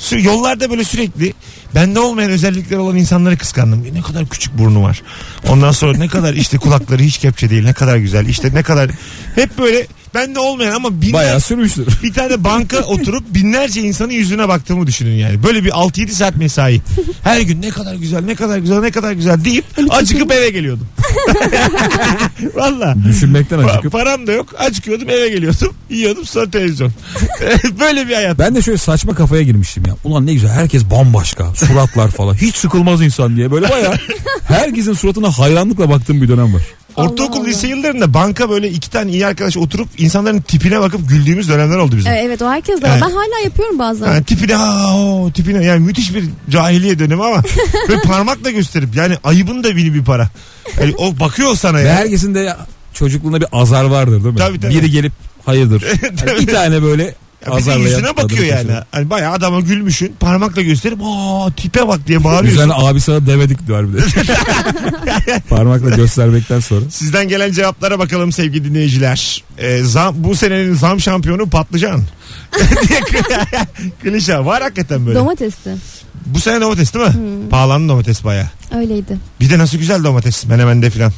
Sü- yollarda böyle sürekli bende olmayan özellikleri olan insanları kıskandım. E, Ne kadar küçük burnu var. Ondan sonra ne kadar işte kulakları hiç kepçe değil. Ne kadar güzel. İşte ne kadar hep böyle bende olmayan ama binler,
Bayağı sürmüştür.
bir tane banka oturup binlerce insanın yüzüne baktığımı düşünün yani. Böyle bir 6-7 saat mesai. Her gün ne kadar güzel, ne kadar güzel, ne kadar güzel deyip acıkıp
şey
eve geliyordum. Valla.
Düşünmekten
Pa-
acıkıp.
param da yok. Acıkıyordum eve geliyordum. Yiyordum sonra televizyon. Eh, Böyle bir hayat.
Ben de şöyle saçma kafaya girmiştim ya. Ulan ne güzel herkes bambaşka. Suratlar falan. Hiç sıkılmaz insan diye. Böyle bayağı herkesin suratına hayranlıkla baktığım bir dönem var.
Allah
Ortaokul
Allah.
lise yıllarında banka böyle iki tane iyi arkadaş oturup insanların tipine bakıp güldüğümüz dönemler oldu bizim.
Ee, Evet o herkes de var.
Evet.
Ben hala yapıyorum bazen.
Ha, tipine ha o tipine yani müthiş bir cahiliye dönemi ama böyle parmakla gösterip yani ayıbın da bini bir para. Yani o bakıyor sana
Ve
ya.
herkesin de çocukluğunda bir azar vardır değil mi?
Tabii, tabii.
Biri gelip hayırdır. Yani bir tane böyle
Ya bir de
azarlayan.
yüzüne bakıyor
adını
yani.
kaçırıyor.
Hani bayağı adama gülmüşün parmakla gösterip aa tipe bak diye bağırıyorsun.
Güzel abi sana demedik diyor bir de. Parmakla göstermekten sonra.
Sizden gelen cevaplara bakalım sevgili dinleyiciler. Ee, zam, bu senenin zam şampiyonu patlıcan. Diye kli- Klişe var hakikaten böyle.
Domatesli.
bu sene domates değil mi? Pahalandı domates bayağı.
Öyleydi.
Bir de nasıl güzel domates menemende filan.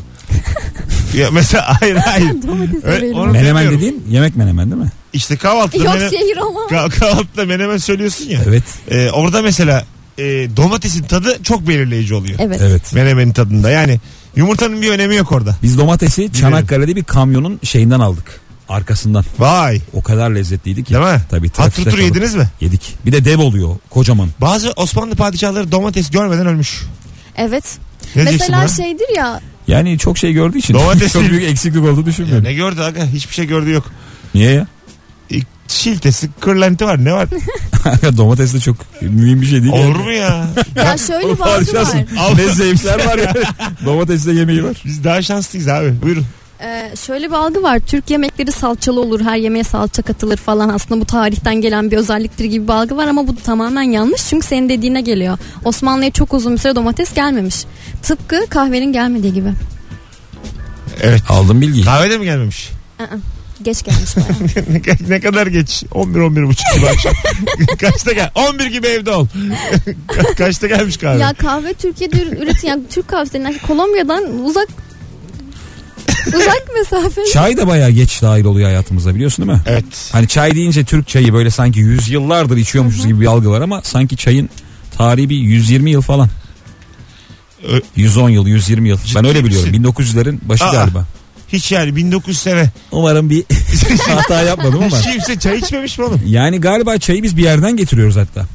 ya mesela hayır hayır.
Domates
Öyle-
severim.
onu-
Menemen
Bilmiyorum.
dediğin yemek menemen değil mi?
İşte kahvaltıda
Yok şey-
menem-
şehir ama.
Kah- kahvaltıda menemen söylüyorsun ya.
Evet.
Ee, orada mesela e, domatesin tadı çok belirleyici oluyor.
Evet.
Evet.
Menemenin tadında. Yani yumurtanın bir önemi yok orada.
Biz domatesi Çanakkale'de bir kamyonun şeyinden aldık. Arkasından.
Vay.
O kadar lezzetliydi ki.
Değil mi?
Tabii. trafikte
Hatırtur
kaldık.
yediniz mi?
Yedik. Bir de dev oluyor. Kocaman.
Bazı Osmanlı padişahları domates görmeden ölmüş.
Evet.
Ne diyeceksin
Mesela şey-
buna?
şeydir ya
Yani çok şey gördüğü için.
Domates
çok
değil.
büyük eksiklik olduğunu
Ya
düşünmüyorum.
ne gördü aga? Hiçbir şey gördü yok.
Niye ya?
E, Şiltesi, kırlenti var ne var?
Domates de çok mühim bir şey değil.
Olur
yani.
mu ya?
Ya şöyle bir algı var.
var.
Ne zevkler var ya. Domatesle yemeği var.
Biz daha şanslıyız abi. Buyurun.
Ee, şöyle bir algı var. Türk yemekleri salçalı olur. Her yemeğe salça katılır falan. Aslında bu tarihten gelen bir özelliktir gibi bir algı var ama bu tamamen yanlış. Çünkü senin dediğine geliyor. Osmanlı'ya çok uzun bir süre domates gelmemiş. Tıpkı kahvenin gelmediği gibi.
Evet.
Aldım bilgiyi.
Kahvede mi gelmemiş?
Aa, geç gelmiş bayağı.
ne, ne kadar geç? 11 11 buçuk gibi akşam. Kaçta gel? 11 gibi evde ol. Ka- Kaçta gelmiş kahve?
şey ya kahve Türkiye'de ür- üretilen yani Türk kahvesinden Kolombiya'dan uzak Uzak mesafe.
Çay da bayağı geç dahil oluyor hayatımıza biliyorsun değil mi?
Evet.
Hani çay deyince Türk çayı böyle sanki yüzyıllardır içiyormuşuz gibi bir algı var ama sanki çayın tarihi bir 120 yıl falan.
Ö-
110 yıl, 120 yıl. ben öyle
misin?
biliyorum. 1900'lerin başı
Aa.
galiba.
Hiç yani 1900 sene.
Umarım bir hata yapmadım ama.
Hiç kimse çay içmemiş mi oğlum?
Yani galiba çayı biz bir yerden getiriyoruz hatta.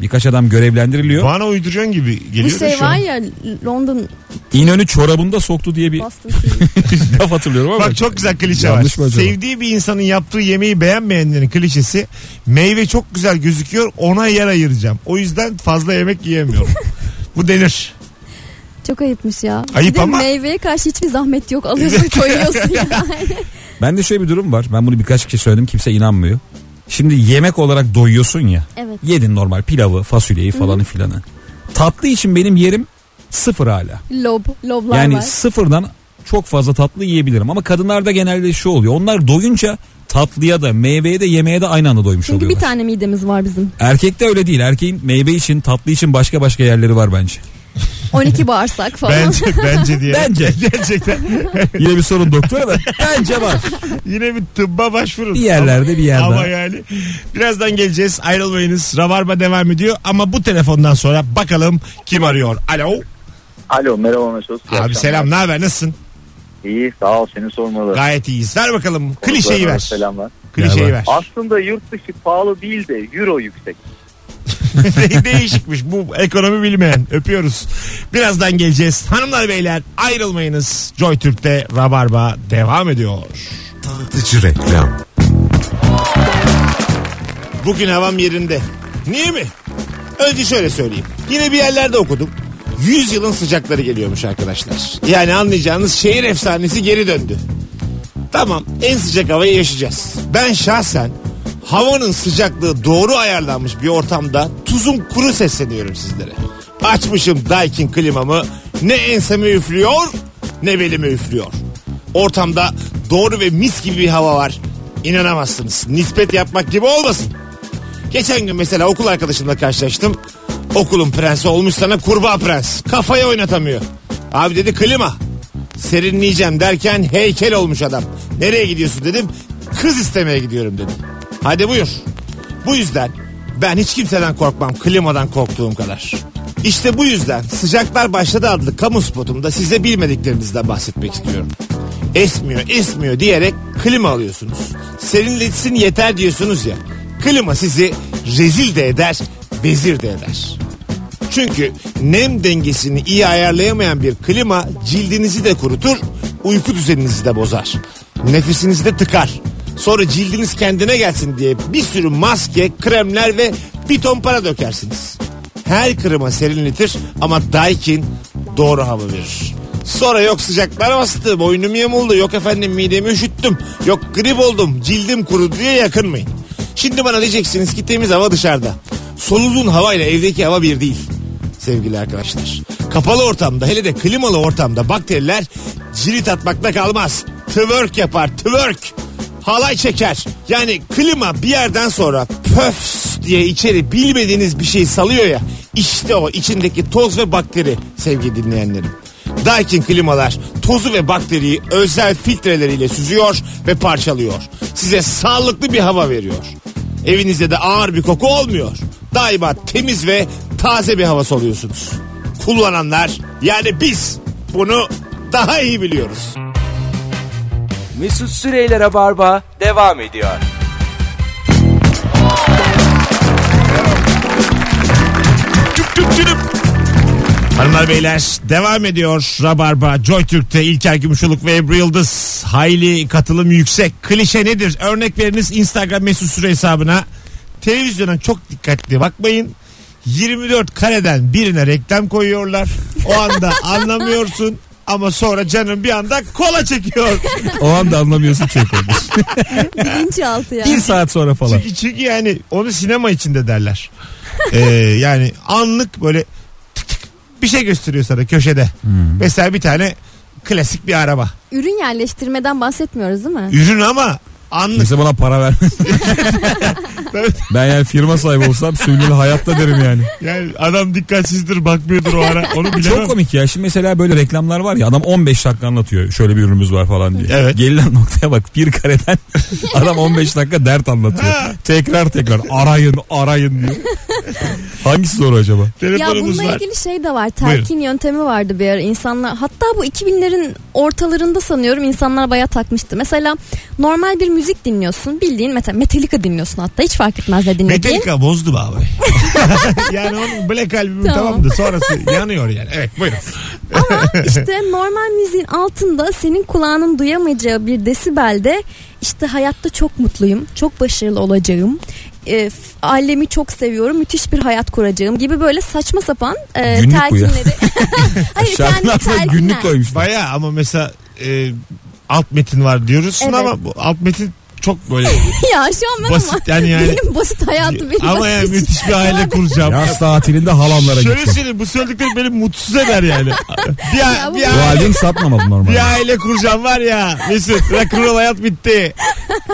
Birkaç adam görevlendiriliyor.
Bana uyduruyorsun gibi geliyor.
Bu
da
şey
şu an.
var ya London
İnönü çorabında soktu diye bir
Boston Tea.
laf hatırlıyorum ama.
Bak çok güzel klişe
Yanlış mı
var.
acaba?
Sevdiği bir insanın yaptığı yemeği beğenmeyenlerin klişesi meyve çok güzel gözüküyor ona yer ayıracağım. O yüzden fazla yemek yiyemiyorum. Bu denir.
Çok ayıpmış ya. Bir
Ayıp
de
ama-
meyveye karşı hiçbir zahmet yok. Alıyorsun koyuyorsun yani.
Ben de şöyle bir durum var. Ben bunu birkaç kişi söyledim kimse inanmıyor. Şimdi yemek olarak doyuyorsun ya.
Evet.
Yedin normal pilavı, fasulyeyi falanı filanı. Tatlı için benim yerim sıfır hala.
Lob. Loblar
yani
var.
sıfırdan çok fazla tatlı yiyebilirim. Ama kadınlarda genelde şu oluyor. Onlar doyunca tatlıya da meyveye de yemeğe de aynı anda doymuş
Çünkü bir
oluyorlar.
tane midemiz var bizim.
Erkekte öyle değil. Erkeğin meyve için tatlı için başka başka yerleri var bence.
12 bağırsak falan.
Bence bence diye.
Bence.
Gerçekten.
Yine bir sorun doktora da bence var.
Yine bir tıbba başvurun.
Bir yerlerde bir yerde.
Ama yani birazdan geleceğiz ayrılmayınız. Rabarba devam ediyor ama bu telefondan sonra bakalım kim arıyor. Alo.
Alo merhaba Mesut. İyi
Abi
akşamlar.
selam ne haber nasılsın?
İyi sağ ol seni sormalı.
Gayet iyiyiz. Ver bakalım klişeyi
Konuklarına
ver.
Selamlar.
Klişeyi ver.
Merhaba.
Aslında yurt dışı pahalı değil de euro yüksek.
De- Şey, Değişikmiş bu ekonomi bilmeyen. Öpüyoruz. Birazdan geleceğiz. Hanımlar beyler ayrılmayınız. Joy Türk'te Rabarba devam ediyor.
Tanıtıcı reklam.
Bugün havam yerinde. Niye mi? Önce şöyle söyleyeyim. Yine bir yerlerde okudum. 100 yılın sıcakları geliyormuş arkadaşlar. Yani anlayacağınız şehir efsanesi geri döndü. Tamam en sıcak havayı yaşayacağız. Ben şahsen havanın sıcaklığı doğru ayarlanmış bir ortamda tuzum kuru sesleniyorum sizlere. Açmışım Daikin klimamı ne enseme üflüyor ne belime üflüyor. Ortamda doğru ve mis gibi bir hava var. İnanamazsınız. Nispet yapmak gibi olmasın. Geçen gün mesela okul arkadaşımla karşılaştım. Okulun prensi olmuş sana kurbağa prens. Kafayı oynatamıyor. Abi dedi klima. Serinleyeceğim derken heykel olmuş adam. Nereye gidiyorsun dedim. Kız istemeye gidiyorum dedim. Hadi buyur. Bu yüzden ben hiç kimseden korkmam klimadan korktuğum kadar. İşte bu yüzden Sıcaklar Başladı adlı kamu spotumda size bilmediklerimizden bahsetmek istiyorum esmiyor esmiyor diyerek klima alıyorsunuz. Serinletsin yeter diyorsunuz ya. Klima sizi rezil de eder, bezir de eder. Çünkü nem dengesini iyi ayarlayamayan bir klima cildinizi de kurutur, uyku düzeninizi de bozar. Nefesinizi de tıkar. Sonra cildiniz kendine gelsin diye bir sürü maske, kremler ve bir ton para dökersiniz. Her klima serinletir ama Daikin doğru hava verir. Sonra yok sıcaklar bastı, boynum yamuldu, yok efendim midemi üşüttüm, yok grip oldum, cildim kurudu diye yakınmayın. Şimdi bana diyeceksiniz ki temiz hava dışarıda. Soluduğun havayla evdeki hava bir değil sevgili arkadaşlar. Kapalı ortamda hele de klimalı ortamda bakteriler cirit atmakla kalmaz. Twerk yapar twerk. Halay çeker. Yani klima bir yerden sonra pöfs diye içeri bilmediğiniz bir şey salıyor ya. İşte o içindeki toz ve bakteri sevgili dinleyenlerim. Daikin klimalar tozu ve bakteriyi özel filtreleriyle süzüyor ve parçalıyor. Size sağlıklı bir hava veriyor. Evinizde de ağır bir koku olmuyor. Daima temiz ve taze bir hava soluyorsunuz. Kullananlar yani biz bunu daha iyi biliyoruz.
Mesut Süreyler'e barba devam ediyor.
Tüp tüp tüp. Hanımlar beyler devam ediyor Rabarba Joy Türk'te İlker Gümüşoluk ve Ebru Yıldız hayli katılım yüksek klişe nedir örnek veriniz Instagram mesut süre hesabına televizyona çok dikkatli bakmayın 24 kareden birine reklam koyuyorlar o anda anlamıyorsun ama sonra canın bir anda kola çekiyor
O anda anlamıyorsun çok olmuş.
Bilinçaltı ya.
bir saat sonra falan.
Çünkü, çünkü yani onu sinema içinde derler. Ee, yani anlık böyle tık tık bir şey gösteriyor sana köşede. Mesela bir tane klasik bir araba.
Ürün yerleştirmeden bahsetmiyoruz değil mi?
Ürün ama anlık.
Kimse bana para vermez. Ben yani firma sahibi olsam sürdürülü hayatta derim yani.
Yani adam dikkatsizdir bakmıyordur o ara. Onu bilemem.
Çok komik ya. Şimdi mesela böyle reklamlar var ya adam 15 dakika anlatıyor. Şöyle bir ürünümüz var falan diye.
Evet.
Gelinen noktaya bak bir kareden adam 15 dakika dert anlatıyor. tekrar tekrar arayın arayın diyor. Hangisi doğru acaba?
Ya
Telefonumuz
bununla
var.
ilgili şey de var. Telkin yöntemi vardı bir ara insanlar. Hatta bu 2000'lerin ortalarında sanıyorum insanlar bayağı takmıştı. Mesela normal bir müzik dinliyorsun. Bildiğin mesela Metallica dinliyorsun hatta. Hiç fark etmez ne dinlediğin.
Metallica bozdu be abi. yani onun Black albümü
Tamam.
tamamdı. Sonrası yanıyor yani. Evet buyurun.
İşte normal müziğin altında senin kulağının duyamayacağı bir desibelde işte hayatta çok mutluyum, çok başarılı olacağım, e, f- ailemi çok seviyorum, müthiş bir hayat kuracağım gibi böyle saçma sapan e,
Günlük bu ya.
telkinleri. Hayır
Şarkının
kendi
altına
telkinler.
günlük koymuşlar.
Baya ama mesela e, alt metin var diyorsun
Evet.
ama bu alt metin çok böyle
ya şu an ben ama
basit yani yani.
benim basit hayatım benim
ama
basit.
yani müthiş bir aile kuracağım.
Yaz tatilinde halamlara
Şöyle şey-
gittim.
söyleyeyim bu söyledikleri beni mutsuz eder yani. Bir,
Ya
bir,
bu-
Bu
aile-
halini satmamalı normalde.
bir aile kuracağım var ya Mesut rock'n'roll hayat bitti.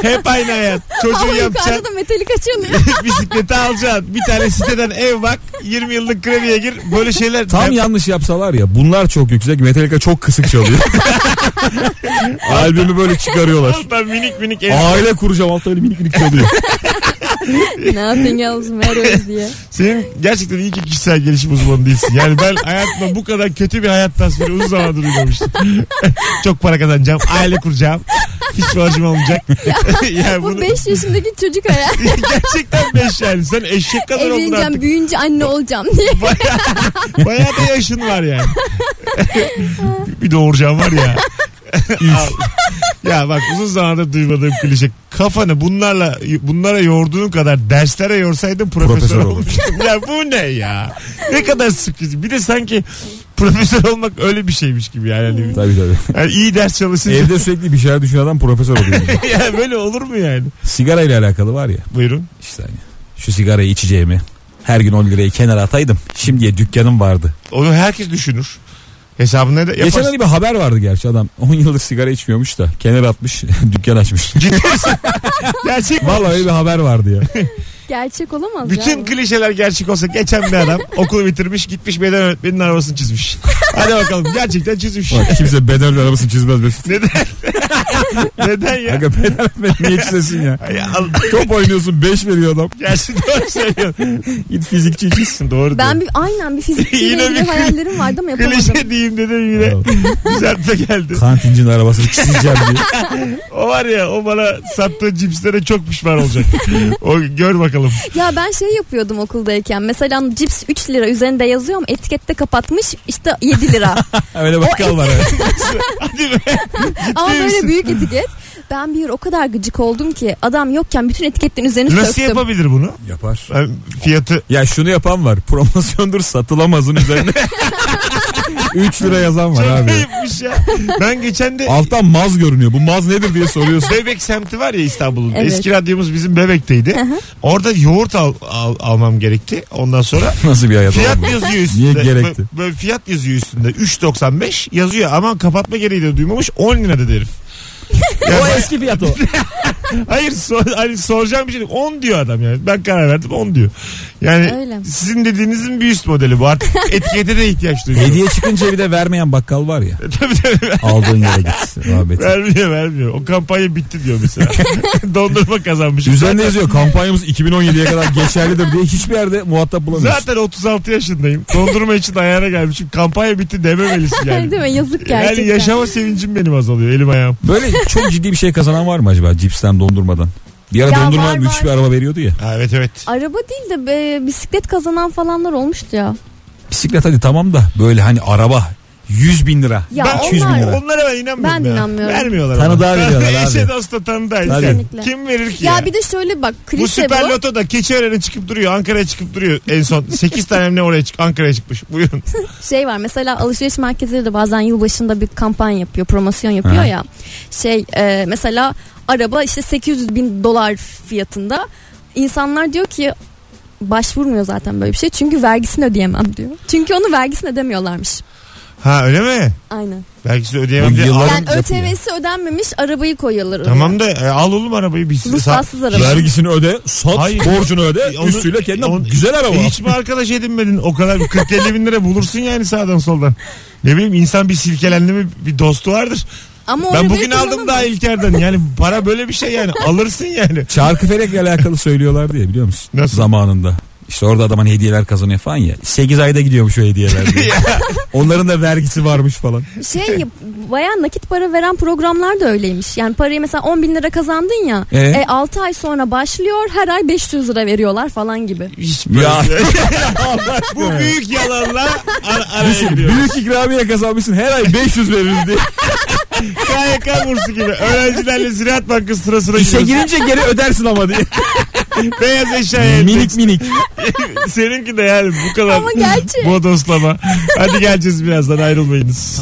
Hep aynı hayat. Çocuğu
Ama yukarıda
yapacaksın.
da metalik açılmıyor.
bisikleti alacaksın. Bir tane siteden ev bak. 20 yıllık krediye gir. Böyle şeyler.
Tam
Ben-
yanlış yapsalar ya bunlar çok yüksek Metallica çok kısık çalıyor. Albümü böyle çıkarıyorlar.
Alttan minik minik ev.
Aile kuracağım altta öyle minik minik çalıyor.
Nothing else matters diye.
Senin gerçekten iyi ki kişisel gelişim uzmanı değilsin. Yani ben hayatımda bu kadar kötü bir hayat tasviri uzun zamandır duymamıştım. Çok para kazanacağım, aile kuracağım. Hiç borcum olmayacak. yani
Bu
bunu
5 yaşındaki çocuk hayal.
gerçekten beş yani. Sen eşek kadar oldun
Evleneceğim,
artık.
büyüyünce anne olacağım diye.
Bayağı, bayağı da yaşın var yani. bir doğuracağım var ya. Üf. ya bak uzun zamandır duymadığım klişe. Kafanı bunlarla bunlara yorduğun kadar derslere yorsaydın profesör,
Profesör olurdun.
olmuştun. ya bu ne ya? Ne kadar sıkıcı. Bir de sanki profesör olmak öyle bir şeymiş gibi yani. Hani,
tabii tabii.
yani iyi ders çalışınca
Evde sürekli bir şeyler düşünen adam profesör oluyor.
ya böyle olur mu yani?
Sigara ile alakalı var ya
Buyurun.
işte hani şu sigarayı içeceğimi her gün 10 lirayı kenara ataydım. Şimdiye dükkanım vardı.
Onu herkes düşünür. Hesabını da
Geçen
yaparsın.
hani bir haber vardı gerçi adam 10 yıldır sigara içmiyormuş da kenara atmış dükkan açmış.
Gerçek mi?
Vallahi öyle bir haber vardı ya.
Gerçek olamaz ya
Bütün
bu.
klişeler gerçek olsa geçen bir adam okulu bitirmiş gitmiş beden öğretmenin arabasını çizmiş. Hadi bakalım gerçekten çizmiş.
Bak kimse beden arabasını çizmez Mesut.
Neden? Neden ya?
Aga beden öğretmeni niye çizesin ya?
ya al-
Top oynuyorsun 5 veriyor adam.
gerçekten doğru söylüyorsun.
Git fizikçi çiz.
doğru
Ben bir, aynen bir fizikçiyle
Yine bir
ilgili
kli-
hayallerim vardı ama
diyorsun.
yapamadım.
Klişe diyeyim dedim yine. Düzeltme geldi.
Kantincinin arabasını çizeceğim diye.
O var ya o bana sattığı cipslere çok pişman olacak. o gör bakalım.
Ya ben şey yapıyordum okuldayken. Mesela cips 3 lira üzerinde yazıyor ama etikette kapatmış işte 7 lira.
Öyle bakkal var.
Hadi be.
ama
Ciddi misin?
böyle büyük etiket. Ben bir yer o kadar gıcık oldum ki adam yokken bütün etiketlerin üzerini
Nasıl
söktüm.
yapabilir bunu?
Yapar.
Ben fiyatı
Ya şunu yapan var. Promosyondur satılamazın üzerine. 3 lira yazan var
çok
abi.
ayıpmış ya. Ben geçen de
Alttan maz görünüyor. Bu maz nedir diye soruyorsun.
Bebek semti var ya İstanbul'un.
Evet.
Eski radyomuz bizim Bebek'teydi. Orada yoğurt al, al- almam gerekti. Ondan sonra
Nasıl bir hayat
fiyat
oğlum bu?
yazıyor üstünde.
Niye gerekti?
Bö- Böyle fiyat yazıyor üstünde. 3.95 yazıyor ama kapatma gereği de duymamış. 10 lira dedi herif.
O eski fiyat o.
Hayır sor, hani soracağım bir şey değil. 10 diyor adam yani. Ben karar verdim 10 diyor. Yani
Öyle.
sizin dediğinizin bir üst modeli bu. Artık etikete de ihtiyaç duyuyor.
Hediye çıkınca bir de vermeyen bakkal var ya.
tabii tabii.
Aldığın yere git. Rahmet.
Vermiyor vermiyor. O kampanya bitti diyor mesela. Dondurma kazanmış.
Üzerinde yazıyor kampanyamız 2017'ye kadar geçerlidir diye hiçbir yerde muhatap bulamıyorsun.
Zaten 36 yaşındayım. Dondurma için ayağına gelmişim. Kampanya bitti dememelisin yani.
Değil mi? Yazık gerçekten.
yani yaşama sevincim benim azalıyor elim ayağım.
Böyle çok ciddi bir şey kazanan var mı acaba cipsten dondurmadan? Bir ara
Ya
dondurma
var,
müthiş
var.
bir araba veriyordu ya.
Ha, evet evet.
Araba değil de be, bisiklet kazanan falanlar olmuştu ya.
Bisiklet hadi tamam da böyle hani araba 100 bin lira.
Ya
Ben-
200 bin
onlar-
lira.
Onlara ben inanmıyorum.
Ben de
ya.
inanmıyorum.
Vermiyorlar.
Tanıdığa
bana.
veriyorlar
Eşe
abi.
dosta tanıdığa.
Tabii.
Kesinlikle.
Kim verir ki
Ya,
ya?
bir de şöyle bak klişe
bu süper
bu.
lotoda Keçiören'e çıkıp duruyor. Ankara'ya çıkıp duruyor en son. 8 tane ne oraya çık Ankara'ya çıkmış. Buyurun.
şey var mesela alışveriş merkezleri de bazen yılbaşında bir kampanya yapıyor promosyon yapıyor
Ha.
ya şey e, mesela araba işte 800 bin dolar fiyatında insanlar diyor ki başvurmuyor zaten böyle bir şey çünkü vergisini ödeyemem diyor çünkü onu vergisini ödemiyorlarmış
Ha öyle mi?
Aynen.
Belki size ödeyemem
Bu
diye.
yıllar-
Al-
Tamam,
Yani
yapın
ÖTV'si ödenmemiş arabayı koyuyorlar. oraya.
Tamam da e, al oğlum arabayı biz.
Ruhsatsız araba.
Vergisini öde, sat,
Hayır. E,
borcunu öde,
Onu-
üstüyle kendine
onu-
güzel araba.
E, hiç mi arkadaş edinmedin? O kadar bir 40-50 bin lira bulursun yani sağdan soldan. Ne bileyim insan bir silkelendi mi bir dostu vardır.
Ama o
ben
arabayı
bugün aldım
kullanamam.
daha İlker'den. Yani para böyle bir şey yani. Alırsın yani.
Çarkı felekle alakalı söylüyorlar diye biliyor musun?
Nasıl?
Zamanında. İşte orada adam hani hediyeler kazanıyor falan ya. 8 ayda gidiyormuş o hediyeler. diye. Onların da vergisi varmış falan.
Şey yap- bayağı nakit para veren programlar da öyleymiş. Yani parayı mesela 10 bin lira kazandın ya.
Ee?
E, 6 ay sonra başlıyor her ay 500 lira veriyorlar falan gibi.
Hiç şey
Ya.
Bu büyük yalanla ar- araya
Düşün,
giriyor.
büyük ikramiye kazanmışsın her ay 500 veririz diye.
KYK bursu gibi. Öğrencilerle Ziraat Bankası sırasına
İşe
giriyoruz.
girince geri ödersin ama diye.
Beyaz eşyaya.
minik minik.
Seninki de yani bu kadar
Ama gerçek.
bodoslama. Hadi geleceğiz birazdan ayrılmayınız.